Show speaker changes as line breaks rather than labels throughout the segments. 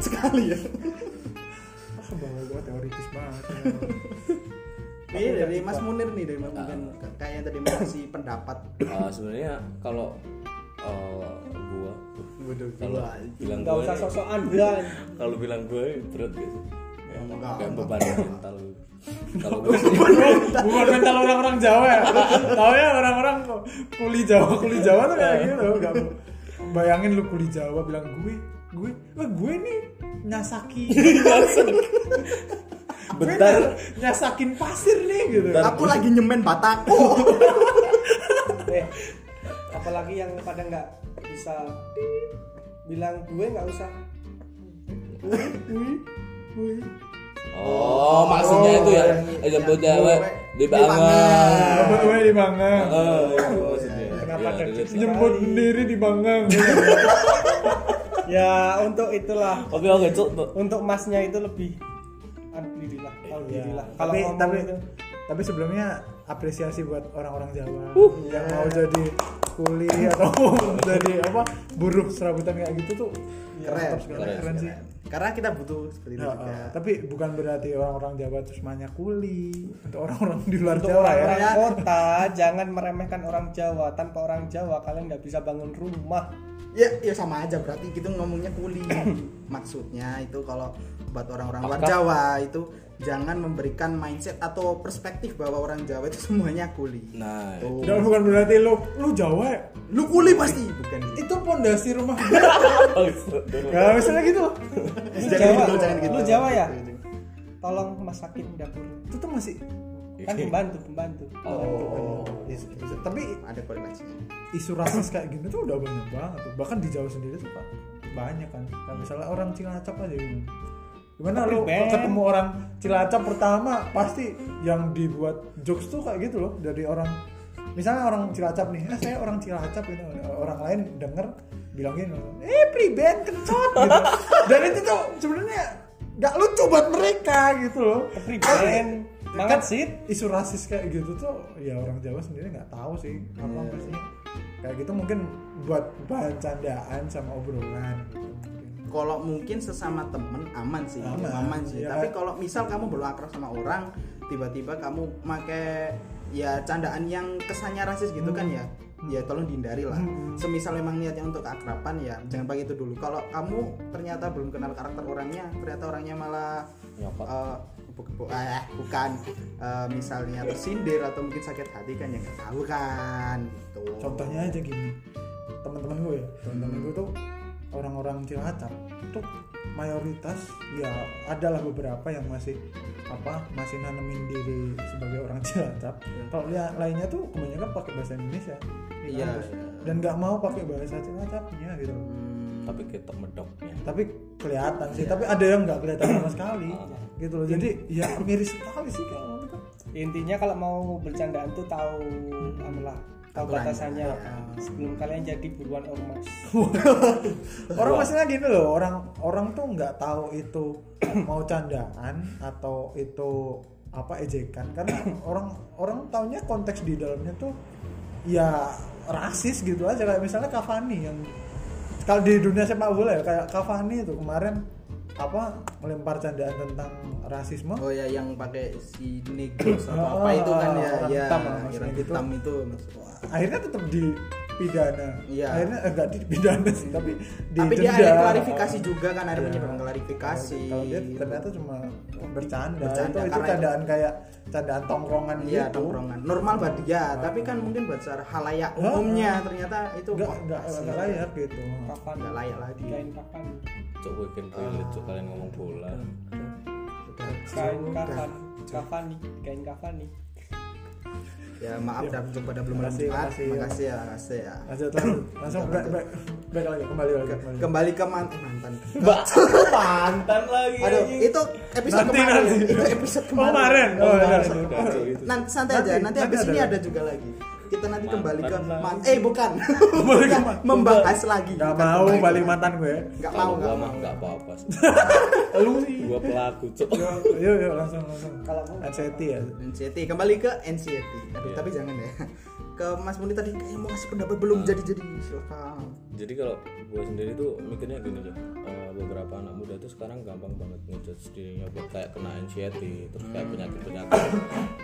sekali ya
Ah, bawa gua teoritis banget. ya.
ini Iya, dari Mas Munir nih dari Mas Munir kayaknya tadi mau kasih pendapat
Eh, sebenarnya kalau eh, gua
waduh
kalau
gua
bilang
nggak
gua
usah
nih,
sosokan gua
kalau bilang gua berat gak sih
Ya, enggak,
kayak
enggak.
beban mental kalau gua sih
Oh,
bukan mental orang-orang Jawa ya tau ya orang-orang kuli Jawa kuli Jawa tuh kayak gitu
Enggak, Bu. Bayangin lu kuli Jawa bilang gue, gue, lah gue nih nyasaki, ya?
bentar
nyasakin pasir nih gitu.
Bentar.
aku lagi nyemen bataku
eh, apalagi yang pada nggak bisa bilang gue nggak usah
oh maksudnya itu ya aja buat Jawa di
Dibangun.
bangun
Apa gue di Mangang?
Eh, itu maksudnya.
Kenapa
Ya,
ada
relate.
nyebut sendiri di Mangang?
ya untuk itulah
oke oke cuk tuh.
untuk masnya itu lebih alhamdulillah alhamdulillah kalau
Iya, tapi
ngomong
tapi
gitu.
itu
tapi sebelumnya apresiasi buat orang-orang Jawa yang mau jadi kuli atau jadi apa buruh serabutan kayak gitu tuh
keren Ah,
tetap sekali,
keren,
keren, sih.
karena kita butuh seperti itu
Nah,
juga
eh, tapi bukan berarti orang-orang Jawa terus banyak kuli untuk orang-orang di luar
untuk
Jawa ya.
orang kota jangan meremehkan orang Jawa tanpa orang Jawa kalian nggak bisa bangun rumah
ya ya sama aja berarti gitu ngomongnya kuli maksudnya itu kalau buat orang-orang luar Jawa itu jangan memberikan mindset atau perspektif bahwa orang Jawa itu semuanya kuli
nah
Tuh.
Dan bukan berarti lu lu Jawa ya.
lu kuli pasti bukan gitu
Itu pondasi rumah. gua. Nah, misalnya gitu. loh.
Lu
Jangan
Jawa,
gitu, jangan gitu.
lu Jawa ya? Tolong masakin dapur.
Itu tuh masih
Kan
Iya.
pembantu, pembantu.
oh
Ya, tapi
ada korelasinya
isu rasis kayak gini tuh udah banyak banget tuh. bahkan di Jawa sendiri tuh Pak, banyak kan Nah, misalnya orang Cilacap aja gitu gimana
Tapi
lu
Ben.
ketemu orang Cilacap pertama pasti yang dibuat jokes tuh kayak gitu loh dari orang misalnya orang Cilacap nih eh, saya orang Cilacap gitu orang lain denger bilangin eh priben kencot gitu dan itu tuh sebenarnya nggak lucu buat mereka gitu loh
Priben. Banget sih.
Kan isu rasis kayak gitu tuh ya orang Jawa sendiri nggak tahu sih apa
Iya.
maksudnya kayak gitu mungkin buat bahan candaan sama obrolan gitu mungkin.
kalau mungkin sesama temen aman sih aman,
Aman,
sih
iya.
tapi kalau misal kamu belum akrab sama orang tiba-tiba kamu make ya candaan yang kesannya rasis gitu kan ya
Hmm.
ya tolong dihindari lah semisal memang niatnya untuk akraban ya jangan pakai itu dulu kalau kamu ternyata belum kenal karakter orangnya ternyata orangnya malah
Nyokot.
eh, bu- bu- eh, bukan eh, misalnya tersindir atau mungkin sakit hati kan ya nggak tahu kan gitu
contohnya aja gini teman-teman gue ya teman-teman gue tuh orang-orang Cilacap tuh mayoritas ya adalah beberapa yang masih apa masih nanemin diri sebagai orang Cilacap kalau yang lainnya tuh kebanyakan pakai bahasa Indonesia di
Iya,
kampus.
iya.
dan nggak mau pakai bahasa Cilacapnya gitu
Hmm,
tapi kita medoknya
tapi kelihatan sih tapi ada yang nggak kelihatan sama sekali gitu loh jadi ya miris sekali sih kayak gitu kan
Intinya kalau mau bercandaan tuh tahu anulah tahu
Aturannya,
batasannya
Iya.
ya.
sebelum kalian jadi buruan ormas.
orang maksudnya gini loh orang orang tuh nggak tahu itu mau candaan atau itu apa ejekan karena orang orang taunya konteks di dalamnya tuh ya rasis gitu aja kayak misalnya Cavani yang kalau di dunia sepak bola ya kayak Cavani itu kemarin apa melempar candaan tentang rasisme
Oh ya yang pakai si negro
Ah,
sama apa itu kan ya
orang
ya
hitam lah maksudnya
orang
gitu.
hitam itu maksud- wah.
akhirnya tetap dipidana
Iya.
akhirnya eh, enggak dipidana sih tapi di
tapi dia ada
denda.
klarifikasi juga kan ada
Iya.
penyebab klarifikasi
kalau dia ternyata cuma bercanda,
Bercanda,
itu, itu
karena-
candaan kayak candaan tongkrongan
iya
gitu
tongkrongan normal buat dia tapi kan mungkin buat secara halayak
Ah,
umumnya ternyata itu
enggak
wah,
enggak
masih-
enggak layak gitu
Kapan?
nggak layak lagi
Kain kapan?
cuk gue kan relate cuk kalian ngomong bola
Kain kapan? Kapan nih? Kain kapan nih?
ya maaf dah untuk pada belum
Iya. Makasih,
lanjut
makasih. Iya.
makasih ya makasih ya
lanjut lanjut langsung back back back lagi kembali lagi kembali.
kembali ke mantan mantan
mantan lagi
aduh itu episode
Nanti,
kemarin
nanti.
itu episode kemarin
kemarin oh, iya, iya, iya.
nanti santai aja nanti,
Nanti
habis
ada
ini
lagi.
ada juga lagi kita nanti
Mantan
kembali ke
lagi.
man eh bukan
Kembali ke
Bukan,
mantan.
membahas lagi
Nggak
Bukan
mau
kembali ke
balik mantan gue
nggak mau
kalau gua
nggak
mah
mau
nggak apa-apa sih
lu sih
gua pelaku cuk
yuk yuk, yuk langsung langsung
Kalau mau-
NCT ya
NCT kembali ke NCT aduh
Iya.
tapi jangan ya ke Mas Muni tadi "Eh, kayaknya
Hmm.
mau ngasih pendapat belum jadi jadi silakan
jadi kalau gue sendiri tuh mikirnya gini loh eh, beberapa anak muda tuh sekarang gampang banget ngejudge dirinya buat kayak kena anxiety terus kayak penyakit penyakit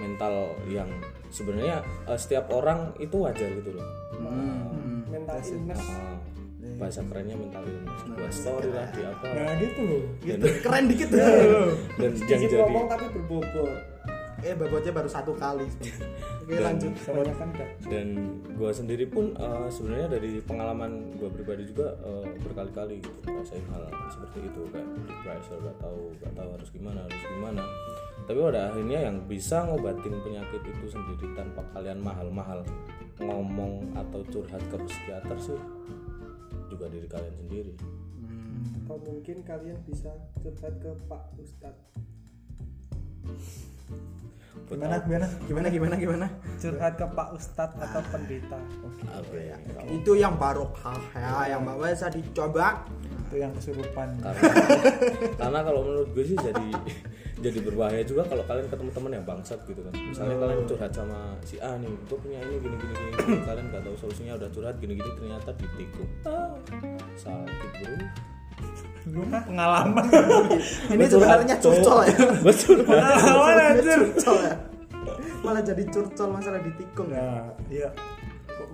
mental yang sebenarnya eh, setiap orang itu wajar gitu loh
mental illness
Ah, bahasa kerennya mental illness buat story lah di apa
nah gitu loh
gitu keren dikit
Iya,
ya
dan yang
sedikit
jadi
ngomong kan tapi berbobot
eh bagotnya baru satu kali sebenarnya. oke lanjut
kebanyakan kan
dan gue sendiri pun eh, sebenarnya dari pengalaman gue pribadi juga eh, berkali-kali gitu ngerasain hal seperti itu kayak peer pressure gak tahu gak tahu harus gimana harus gimana tapi pada akhirnya yang bisa ngobatin penyakit itu sendiri tanpa kalian mahal-mahal ngomong atau curhat ke psikiater sih juga diri kalian sendiri
atau mungkin kalian bisa curhat ke Pak Ustadz
gimana gimana
gimana gimana gimana
curhat ke Pak Ustadz atau pendeta
Apa ya?
itu yang barokah ya yang bawa saya dicoba
itu yang kesurupan
karena, karena kalau menurut gue sih jadi jadi berbahaya juga kalau kalian ketemu teman yang bangsat gitu kan misalnya
Oh.
kalian curhat sama si A nih gue punya ini gini gini gini gini." kalian nggak tahu solusinya udah curhat gini gini ternyata ditikung Ah, sakit bro
lu kan pengalaman
ini sebenarnya curcol ya
betul
pengalaman anjir
curcol ya malah jadi curcol masalah ditikung ya
Nah, iya. Kok-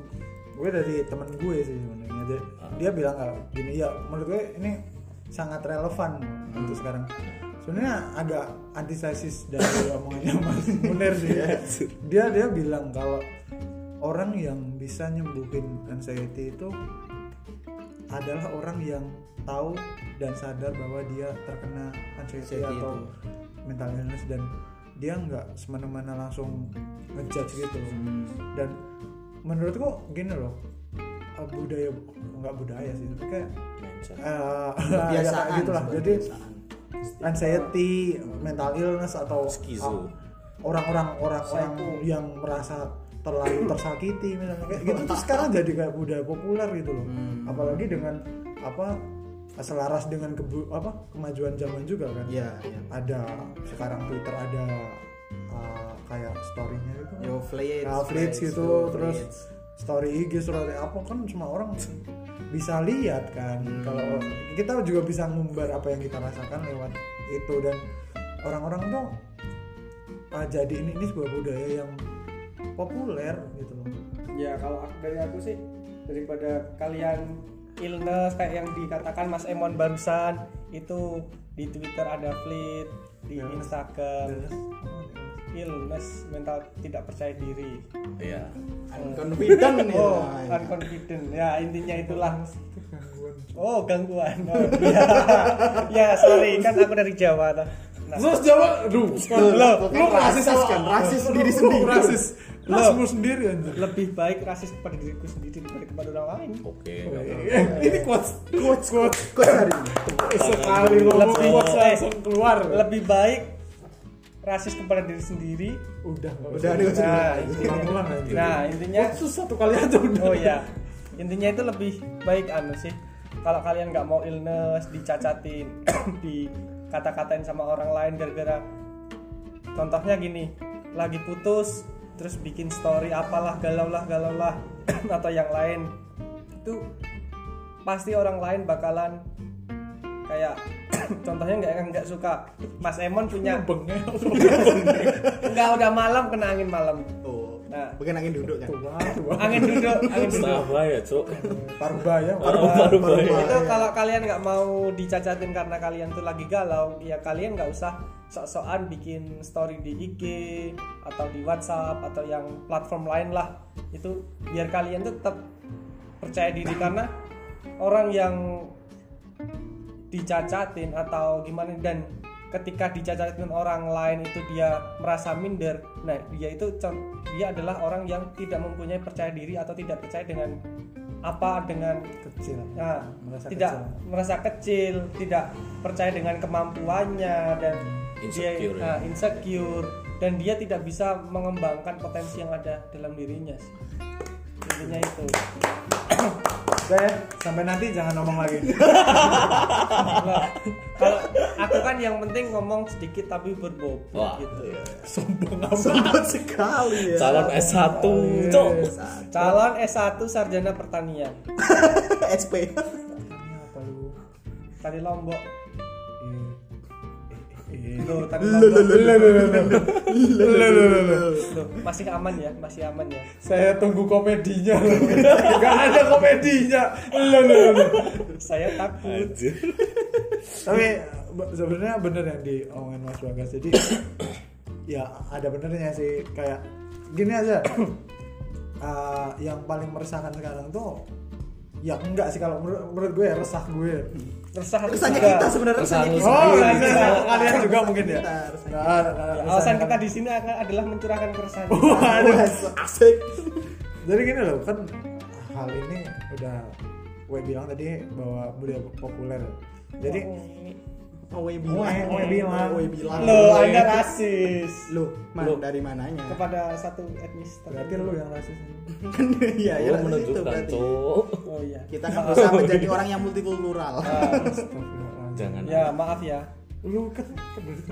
Gue dari temen gue sih sebenarnya. Dia, dia bilang kalau gini, ya menurut gue ini sangat relevan untuk sekarang. Sebenarnya agak antithesis dari omongannya Mas Munir Iya, sih. Dia dia bilang kalau orang yang bisa nyembuhin anxiety itu adalah orang yang tahu dan sadar bahwa dia terkena anxiety
Anxiety
atau mental illness dan dia nggak semena-mena langsung ngejudge gitu dan menurutku gini loh eh, budaya nggak budaya sih tapi kayak eh, ya kayak
biasaan
gitulah
sebuah
jadi
kebiasaan.
anxiety mental illness atau ah,
Skizo.
orang-orang orang-orang yang merasa terlalu tersakiti misalnya kayak gitu tuh sekarang jadi kayak budaya populer gitu loh
Hmm.
apalagi dengan apa selaras dengan kebu- apa kemajuan zaman juga kan
iya iya
ada sekarang Twitter ada uh, kayak story-nya gitu kan.
yo flits
Nah, Flits gitu terus story IG story apa kan semua orang bisa lihat kan
Hmm.
kalau kita juga bisa ngumbar apa yang kita rasakan lewat itu dan orang-orang tuh uh, jadi ini ini sebuah budaya yang populer gitu loh
ya kalau aku- dari aku sih daripada kalian illness kayak yang dikatakan Mas Emon barusan itu di Twitter ada fleet di Instagram
Terus, oh,
illness mental tidak percaya diri
iya
confident ya
oh unconfident ya intinya itulah
gangguan.
oh gangguan oh, ya. ya sorry kan aku dari Jawa toh. nah,
Terus jawab, aduh,
Loh,
lu rasis
rasis
apa?
kan? Rasis
Lu-
diri
lu
sendiri.
Rasis,
Loh.
rasis lu sendiri anjir.
lebih baik rasis kepada diriku sendiri daripada kepada orang lain
oke
Eh, Ini quotes, quotes, quotes.
kok hari ini
Sekali ngomong
Lebih-
quotes
eh.
langsung keluar.
lebih baik rasis kepada diri sendiri
Oh, udah iya. nggak
udah nih
usah
nah
ulang-ulang
intinya,
aja.
nah
iya.
intinya
Quotes satu kali aja udah.
oh ya intinya itu lebih baik anu sih kalau kalian nggak mau illness dicacatin dikata-katain sama orang lain gara-gara contohnya gini lagi putus terus bikin story apalah galau lah galau lah atau yang lain itu pasti orang lain bakalan kayak contohnya nggak nggak suka Mas Emon punya nggak udah malam kena angin malam
oh
Nah.
bukan angin duduk kan
tua tua
angin duduk angin duduk
apa ya cok
Iya. Parubaya,
baru baru
itu kalau kalian nggak mau dicacatin karena kalian tuh lagi galau ya kalian nggak usah sok-sokan bikin story di IG atau di WhatsApp atau yang platform lain lah itu biar kalian tuh tetap percaya diri karena orang yang dicacatin atau gimana dan ketika dicacatin orang lain itu dia merasa minder nah dia itu con- dia adalah orang yang tidak mempunyai percaya diri atau tidak percaya dengan apa dengan
kecil
Nah,
Merasa
tidak merasa kecil, tidak percaya dengan kemampuannya dan
Insecure,
dia nah, insecure dan dia tidak bisa mengembangkan potensi yang ada dalam dirinya. sih. Intinya itu.
Udah ya, sampai nanti jangan ngomong lagi
Nah, kalau aku kan yang penting ngomong sedikit tapi berbobot
Wah,
gitu.
ya.
sombong
sobat sekali ya
calon S1
iya,
cok
Calon S1 sarjana pertanian.
SP
apa lu
Kan kali Lombok.
Iya. Eh,
Loh, tadi Lombok. Loh, masih aman ya, masih aman ya.
saya tunggu komedinya loh. Gak ada komedinya. Loh, loh, loh, loh.
Saya takut.
Anjir.
Tapi be- sebenarnya bener yang diomongin Mas Bagas. Jadi ya ada benernya sih kayak gini aja. Eh, yang paling meresahkan sekarang tuh ya enggak sih kalau menurut, menurut gue ya, resah gue.
Resah atau
Rasanya
tidak?
kita sebenarnya rasanya
Resah.
kita. Iya,
Oh, resah,
kita.
resah. kalian juga mungkin ya.
Kita, resah.
Nah, nah,
Ya,
resahnya
alasan kita
kalian.
di sini akan- adalah mencurahkan keresahan.
Oh.
kita.
Waduh.
Asik.
Jadi gini loh kan hal ini udah gue bilang tadi bahwa budaya populer. Jadi
Owe
Owe,
bilang.
owe bilang.
Owe bilang.
Loh, Anda rasis
Lu, man,
Loh.
dari mananya?
kepada satu etnis
berarti ya?
tertentu.
lu yang rasis.
Kan iya, iya
Lu
rasis itu
menunjukkan
berarti.
cok.
Oh iya.
Kita kan berusaha menjadi orang yang multikultural.
Astagfirullahaladzim.
Jangan.
Ya, maaf ya.
Lu kan berarti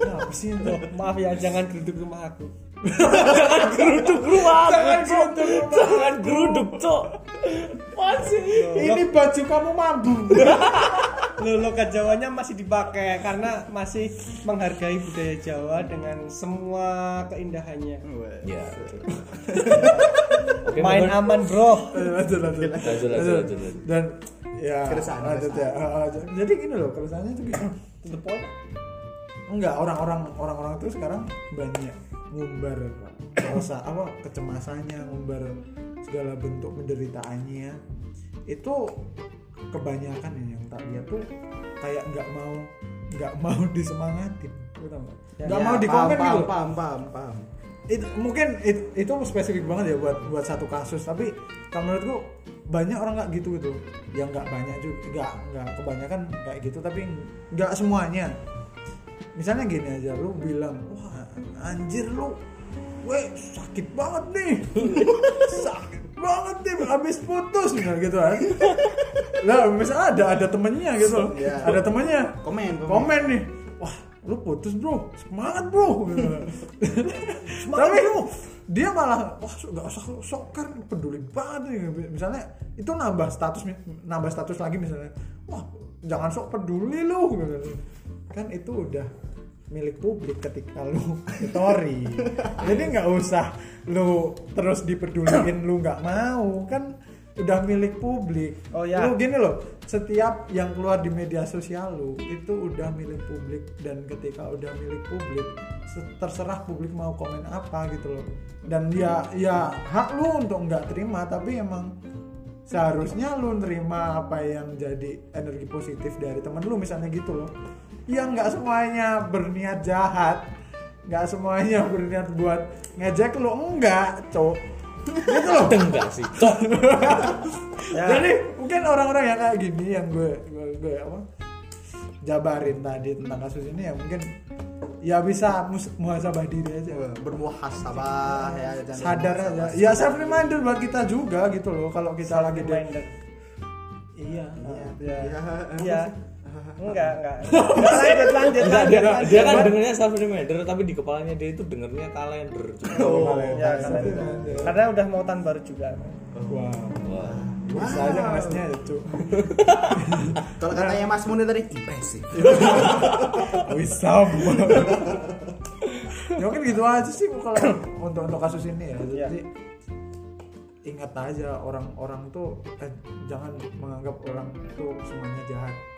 Kenapa sih
Loh,
itu?
maaf ya, jangan geruduk rumah aku.
Geruduk
Ah,
ruang.
Jangan geruduk rumah.
Jangan geruduk cok. Masih.
Ini baju kamu mambu.
Loh, logat Jawanya masih dipakai karena masih menghargai budaya Jawa dengan semua keindahannya.
Weh.
Ya. Oke,
Main
Bang.
aman, Bro.
lanjut lanjut
Lanjut, lanjut, lanjut, lanjut.
Dan ya
Keresahan,
lanjut ya.
keresahan.
Uh, uh, j- Jadi gini loh keresahannya tuh gini.
To the point.
Enggak, orang-orang orang-orang tuh sekarang banyak ngumbar rasa apa kecemasannya, ngumbar segala bentuk penderitaannya. Itu kebanyakan ya yang tak lihat tuh kayak nggak mau nggak mau disemangatin, Lu tau nggak? Nggak
Ya,
mau dikomen
paham,
gitu.
Paham, paham, paham.
It- mungkin it- itu spesifik banget ya buat buat satu kasus, tapi kalau menurutku banyak orang nggak gitu gitu, yang nggak banyak juga, nggak nggak kebanyakan kayak gitu, tapi nggak semuanya misalnya gini aja lu bilang wah anjir lu weh sakit banget nih sakit banget nih habis putus misalnya gitu kan lah misalnya ada ada temennya gitu loh
Iya.
ada temennya
Komen, komen.
komen nih wah lu putus bro semangat bro gitu. tapi dia malah wah so- nggak usah sok kan peduli banget nih misalnya itu nambah status nambah status lagi misalnya wah jangan sok peduli lu gitu kan itu udah milik publik ketika lu story jadi nggak usah lu terus dipeduliin lu nggak mau kan udah milik publik
Oh, ya.
lu gini loh setiap yang keluar di media sosial lu itu udah milik publik dan ketika udah milik publik se- terserah publik mau komen apa gitu loh dan ya ya hak lu untuk nggak terima tapi emang seharusnya lu nerima apa yang jadi energi positif dari temen lu misalnya gitu loh ya nggak semuanya berniat jahat nggak semuanya berniat buat ngejek lu enggak cok gitu loh
Enggak sih cok.
jadi mungkin orang-orang yang kayak gini yang gue gue, gue apa jabarin tadi tentang kasus ini ya mungkin ya bisa mus- muhasabah diri aja
Weh, Bermuhasabah ya. jangan
sadar aja
bermuhasabah.
ya self reminder buat kita juga gitu loh kalau kita lagi di
Minded.
iya
Ya,
iya
Iya. Enggak, enggak. Enggak, lanjut, lanjut,
Enggak, dia,
lanjut. lanjut.
dia kan dengernya self reminder tapi di kepalanya dia itu dengernya kalender. Cok.
Oh,
Ya,
iya.
karena, karena udah mau tahun baru juga.
Wow.
Wah.
Bisa
Wow.
aja ngerasnya ya, Cuk.
Ah, Kalau katanya Mas Munir tadi impresif.
Bisa. ya mungkin gitu aja sih kalau untuk untuk kasus ini ya. Jadi ingat aja orang-orang tuh eh, jangan menganggap orang tuh semuanya jahat.